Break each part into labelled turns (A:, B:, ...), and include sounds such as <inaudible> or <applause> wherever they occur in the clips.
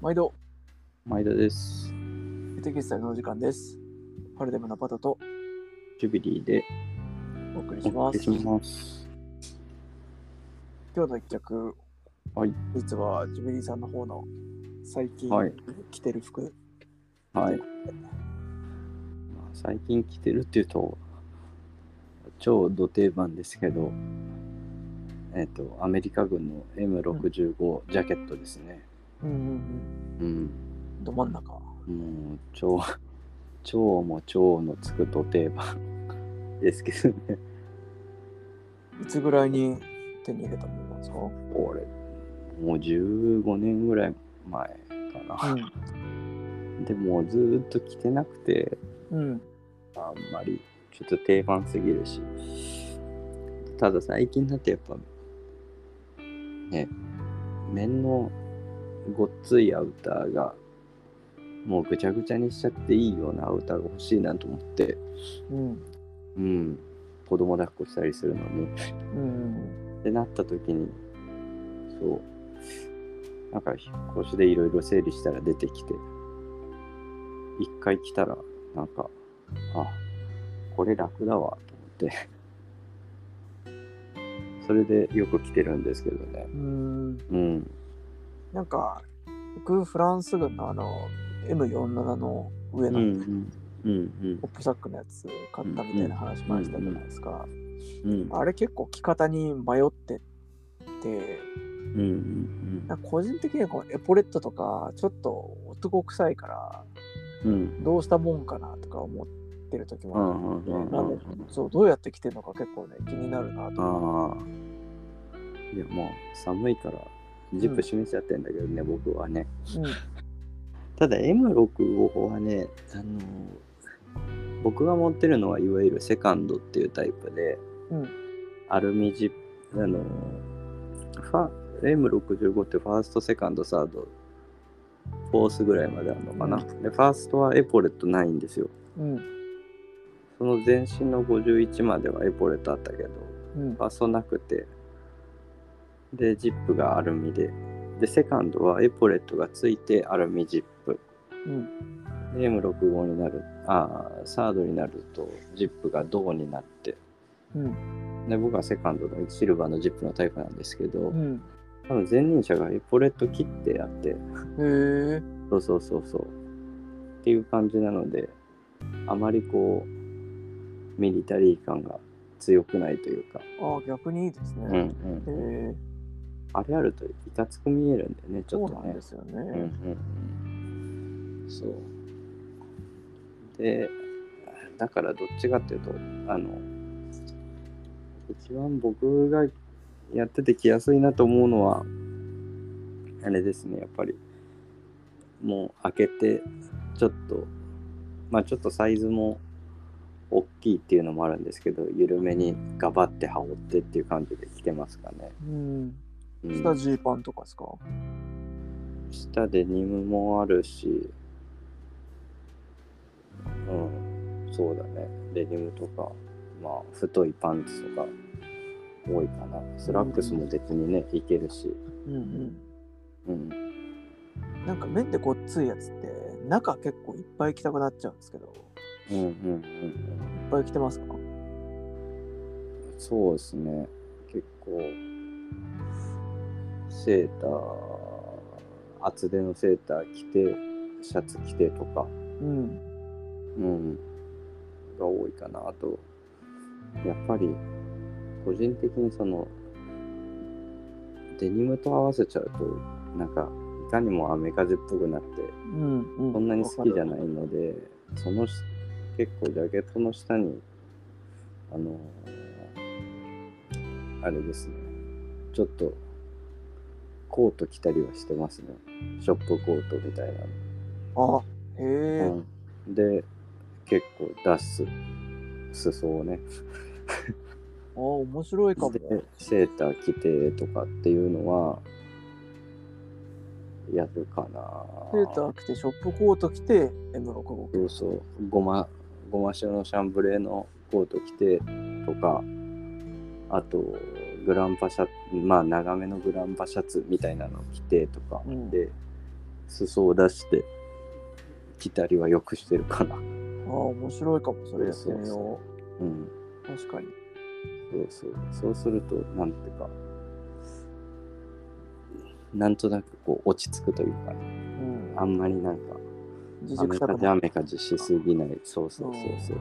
A: 毎度、
B: 前田です。
A: エテ決済のお時間です。パルデムのパトと
B: ジュビリーで
A: お送り
B: お
A: しま
B: 送
A: す。
B: りします。
A: 今日の一曲、
B: はい
A: 実はジュビリーさんの方の最近
B: はい
A: 着てる服、
B: はい。まあ最近着てるっていうと、超ド定番ですけど、えっ、と、アメリカ軍の M65 ジャケットですね。
A: うんうん
B: うん。
A: うん、ど真ん中。
B: もう、超、超も超のつくド定番ですけどね。
A: いつぐらいに手に入れたものなんですか、
B: これ、もう15年ぐらい前かな。でも、ずーっと着てなくて、
A: うん、うん。
B: あんまりちょっと定番すぎるし。ただ最近だとやっぱ、ね、面のごっついアウターが、もうぐちゃぐちゃにしちゃっていいようなアウターが欲しいなと思って、
A: うん。
B: うん、子供抱っこしたりするのも。
A: うん。
B: ってなった時に、そう、なんか引っ越しでいろいろ整理したら出てきて、一回来たら、なんか、あ、これ楽だわ、と思って。それでよく来てるんですけどね。
A: うん。
B: うん。
A: なんか、僕、フランス軍のあの、M47 の上
B: うん
A: の、
B: うん。うん
A: ポップサックのやつ買ったみたいな話前したじゃないですか。
B: うん。うん
A: あれ結構着方に迷ってて、
B: うんうん
A: なんか個人的にはこのエポレットとか、ちょっと男臭いから、
B: うんうん
A: どうしたもんかなとか思ってる時
B: う
A: もあ
B: ん
A: っ
B: う
A: て、
B: ん
A: なんでそう、どうやって着てるのか結構ね、気になるなと。
B: ああ。いや、もう寒いから、ジップ閉めちゃってんだけどね、僕はね。ただ M65 はね、あの僕が持ってるのはいわゆるセカンドっていうタイプで、
A: うん
B: アルミジップあのファ M65 ってファーストセカンドサードフォースぐらいまであるのかな、でファーストはエポレットないんですよ
A: うん、うん、
B: その前身の51まではエポレットあったけど
A: うん
B: フ、ァーストなくてでジップがアルミででセカンドはエポレットがついてアルミジップ
A: うん、
B: M65 になるあーサードになるとジップが銅になって
A: うん、
B: で僕はセカンドのシルバーのジップのタイプなんですけど、
A: うん。
B: 多分前任者がエポレット切ってやって
A: へえ、
B: そうそうそうそうっていう感じなのであまりこうミリタリー感が強くないというか、
A: ああ、逆にいいです
B: うんう
A: ね。
B: ん、
A: へえ、
B: あれあるといかつく見えるんだよねち
A: そ
B: ょ
A: う
B: っと
A: なん
B: ね
A: ですよ
B: うん
A: ね。
B: うんうんそう。で、だからどっちかっていうと、あの、一番僕がやってて着やすいなと思うのは、あれですね、やっぱり、もう開けて、ちょっと、まあちょっとサイズも大きいっていうのもあるんですけど、緩めにガバって羽織ってっていう感じで着てますかね。
A: うん、
B: うん
A: 下ジーパンとかですか。
B: 下でニムもあるし、うん、そうだね。デニムとか、まあ、太いパンツとか多いかな。スラックスも別にね、いけるし。
A: うん、
B: うん。
A: うん。なんか面でごっついやつって、中結構いっぱい着たくなっちゃうんですけど、
B: うんうんうん
A: いっぱい着てますか。
B: うん。そうですね。結構、セーター、厚手のセーター着て、シャツ着てとか。
A: うん。
B: うん、が多いかなあとやっぱり個人的にそのデニムと合わせちゃうとなんかいかにもアメカジっぽくなって
A: うんうん、。
B: そんなに好きじゃないいのでそのし結構ジャケットの下にあのあれですねちょっとコート着たりはしてますねショップコートみたいなの
A: あへえ、
B: うん、で結構出す裾をね
A: あ面白いかも。
B: でセーター着てとかっていうのはやるかな
A: セーター着て、ショップコート着て、M65。
B: そうそうごまごま白のシャンブレーのコート着てとかあとグランパシャツまあ長めのグランパシャツみたいなの着てとか
A: うん
B: で、裾を出してきたりはよくしてるかな。
A: ああ、面白いかも、それやってみ
B: そう
A: よ
B: うん。
A: う。確かに。
B: そうそう。そうすると、なんていうか、なんとなくこう落ち着くというか、
A: うん。
B: あんまりなんか、
A: 自
B: アメ
A: 軸
B: カ
A: 高
B: ジ
A: も。
B: アメカジしすぎない。そうそうそうそう。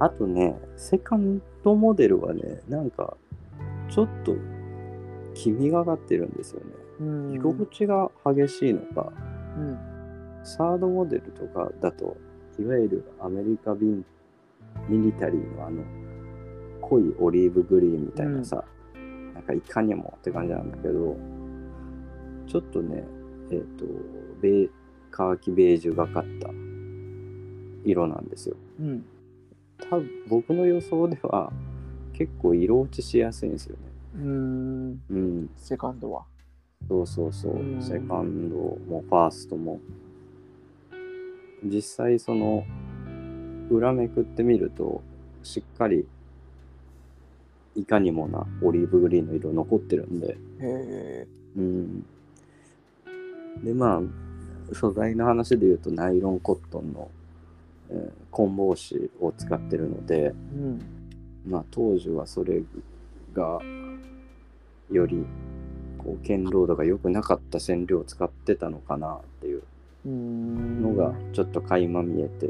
B: あとね、セカンドモデルはね、なんか、ちょっと、黄みがかってるんですよね。
A: うん。
B: 色口が激しいのか、
A: うん。
B: サードモデルとかだと、いわゆるアメリカビンミリタリーのあの濃いオリーブグリーンみたいなさ、なんかいかにもって感じなんだけど、ちょっとね、えっ、と、ベーカーキベージュがかった色なんですよ。
A: うん。
B: 多分僕の予想では結構色落ちしやすいんですよね。
A: うん。
B: うん、
A: セカンドは。
B: そうそうそう、
A: うん
B: セカンドもファーストも実際その裏めくってみるとしっかりいかにもなオリーブグリーンの色残ってるんで、
A: へえ。
B: うん、でまあ素材の話で言うとナイロンコットンの、えー混紡紙を使ってるので、
A: うん。
B: まあ、当時はそれがよりこう堅牢度が良くなかった染料を使ってたのかなっていう
A: うん。
B: のがちょっと垣間見えて、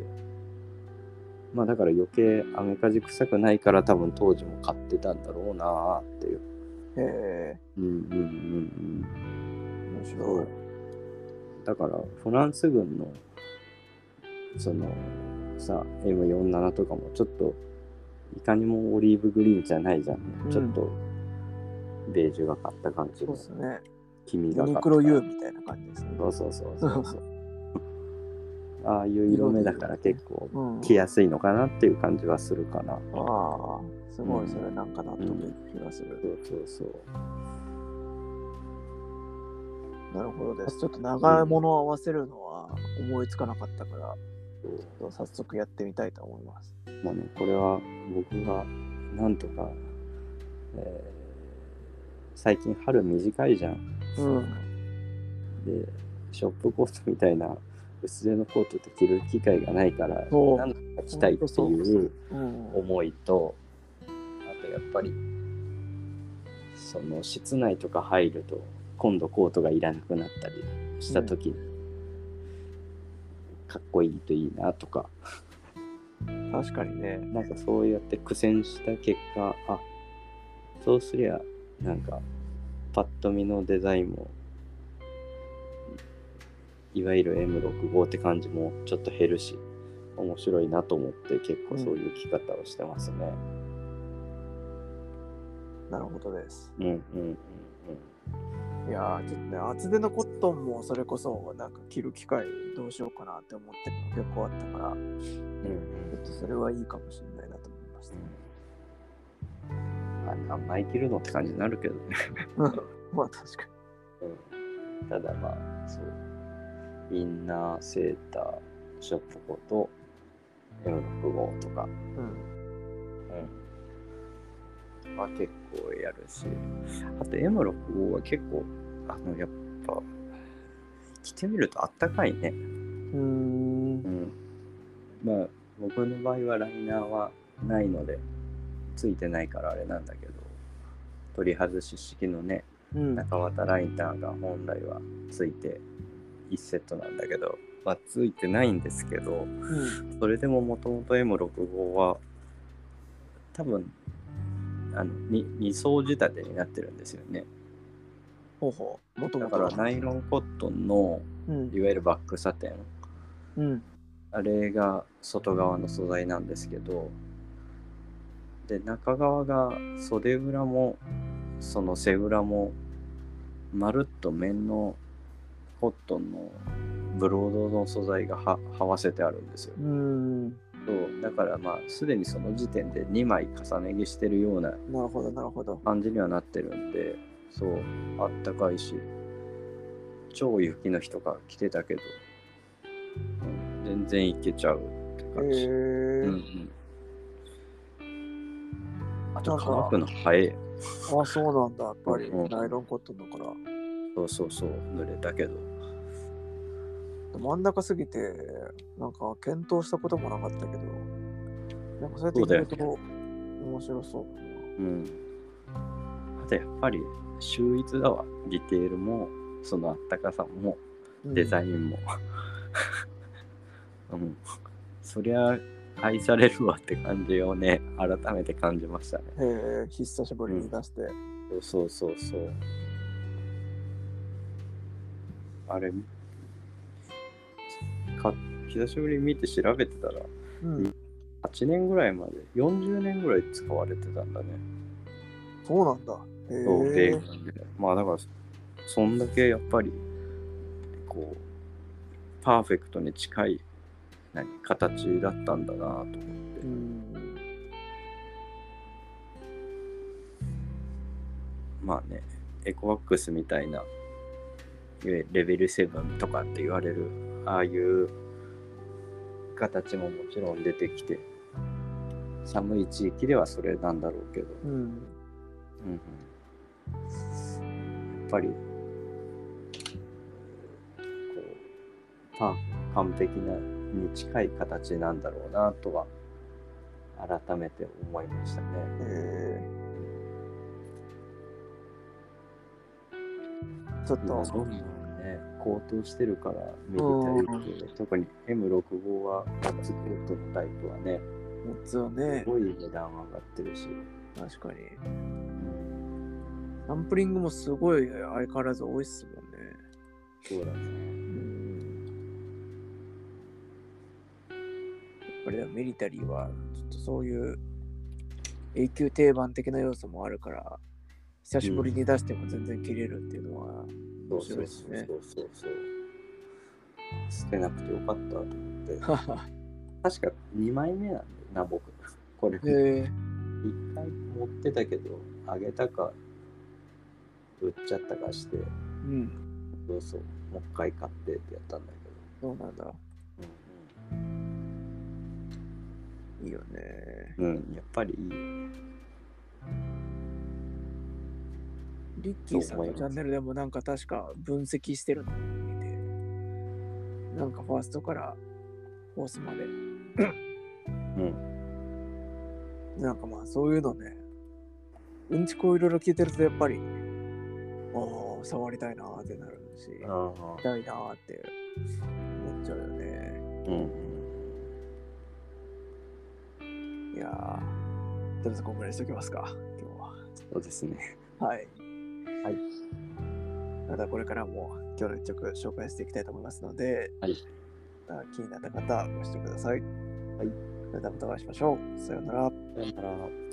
B: まあだから余計アメカジ臭くないから多分当時も買ってたんだろうなっていう。
A: へえ。
B: うんうんうん
A: 面
B: うん、
A: 白い。
B: だからフランス軍のそのさ M47 とかもちょっといかにもオリーブグリーンじゃないじゃん、
A: うん
B: ちょっとベージュがかった感じ
A: そう
B: の
A: ですね。
B: 黄身
A: ユ
B: がか
A: ニ
B: った
A: クロ U みたいな感じですね。
B: そうそうそうそうそうああいう色目だから結構
A: うん。
B: 着やすいのかなっていう感じはするかな
A: ああ、すご
B: う
A: い、
B: ん
A: それなんか納得いく気がす
B: そ
A: る。
B: うそうそう
A: なるほどです。ちょっと長いものを合わせるのは思いつかなかったから、ちょっと早速やってみたいと思います。
B: まあね、これは僕がなんとか、えー最近春短いじゃん。
A: うん。
B: で、ショップコートみたいな薄手のコートって着る機会がないから、
A: そう
B: なんとか着たいっていう
A: うん。
B: 思いと、あとやっぱり、その室内とか入ると、今度コートがいらなくなったりした時に、かっこいいといいなとか、
A: 確かにね。
B: なんかそうやって苦戦した結果、あそうすりゃ、なんか、パッと見のデザインも、いわゆる M65 って感じもちょっと減るし、面白いなと思って結構そういう着方をしてますね。
A: なるほどです。
B: うんうんうん
A: いやー、ちょっとね、厚手のコットンもそれこそ、なんか着る機会どうしようかなって思ってるの結構あったから、
B: うん。うん
A: ちょっとそれはいいかもしれないなと思いました。
B: まあ、何枚着るのって感じになるけどね。
A: うん。まあ確か
B: うん、ただまあそうインナーセーターショップコと M65 とか、
A: に。うん。
B: うん、は結構やるしあと M65 は結構あのやっぱ着てみるとあったかいね、
A: うーん。
B: ん、まあ僕の場合はライナーはないのでついてないからあれなんだけど取り外し式のね
A: うん。
B: 中綿ライターが本来はついて1セットなんだけど、まあ、ついてないんですけ
A: う
B: ど
A: ん
B: それでももともと M65 は多分あの 2, 二層仕立てになってるんですよね
A: ほうほう。もと
B: だ
A: も
B: か
A: と
B: ら
A: は
B: ナイロンコットンの
A: うん
B: い。わゆるバックサテン
A: うん。
B: あれが外側の素材なんですけどで中側が袖裏もその背裏もまるっと綿のコットンのブロードの素材がははわせてあるんですよ
A: う。ん。
B: そうだからまあすでにその時点で2枚重ね着してるような
A: なるほど、なるほど。
B: 感じにはなってるんでそうあったかいし超雪の日とか着てたけど、うん全然いけちゃうって
A: へえ
B: 感じ。
A: ー
B: あと乾くの早い。
A: あ、そうなんだ。やっぱり、
B: うん
A: ナイロンコットンだから。
B: そうそうそう、濡れたけど。
A: 真ん中すぎて、なんか検討したこともなかったけど、なんかそうやって
B: そうだよ
A: ると面白そうだな。
B: うん。あとやっぱり、秀逸だわ。ディテールも、そのあったかさも、
A: うん
B: デザインも。 <laughs> うん。そりゃ、愛されるわって感じをね、改めて感じましたね。
A: へえ、久しぶりに出して。
B: そうそうそうそう。あれ、か久しぶりに見て調べてたら、
A: うん、
B: 8年ぐらいまで、40年ぐらい使われてたんだね。
A: そうなんだ。
B: そう
A: へ
B: で
A: え、
B: まあだから、そんだけやっぱり、こう、パーフェクトに近い何形だったんだなと思って。
A: うん。
B: まあね、エコワックスみたいな、いわゆるレベル7とかって言われる、ああいう形ももちろん出てきて、寒い地域ではそれなんだろうけど、
A: うん。
B: うんうん、やっぱり、こう、パ完璧なに近い形なんだろうなとは、改めて思いましたね。
A: へえ。ちょっ
B: 今
A: と、
B: どんどんね高騰してるからミリタリー系特に M65 はバッツクレットのタイプはね
A: もつは
B: す
A: ね、
B: ごい値段上がってるし、
A: 確かに。サンプリングもすごい相変わらず多いっすもんね。
B: そうだね
A: うん。やっぱりでもミリタリーは、ちょっとそういう永久定番的な要素もあるから、久しぶりに出しても全然切れるっていうのは、
B: そ
A: 面
B: うそ
A: 白いうっす
B: そう
A: ね
B: そうそう捨てなくてよかったと思って
A: はは
B: 確か2枚目なんだよな僕これ
A: へえ。
B: 1回持ってたけどあげたか売っちゃったかして
A: うん、
B: そうそうもう一回買ってってやったんだけど
A: そうなんだ。いいよね。
B: うん、やっぱりいい
A: リッキーさんのチャンネルでもなんか確か分析してるのを見て、なんかファーストからフォースまで。うん。なんかまあそういうのね、うんちこいろいろ聞いてるとやっぱり、ああ、触りたいなーってなるし、行
B: ああ
A: きたいなーって思っちゃうよね。
B: うん
A: いやー、とりあえずこんぐらいにしときますか、今日は。
B: そうですね。
A: はい。
B: はい。
A: またこれからも今日の一曲紹介していきたいと思いますので、
B: はい。
A: また気になった方、ご視聴ください。はいそれではまたお会いしましょう。さようなら。
B: さよなら。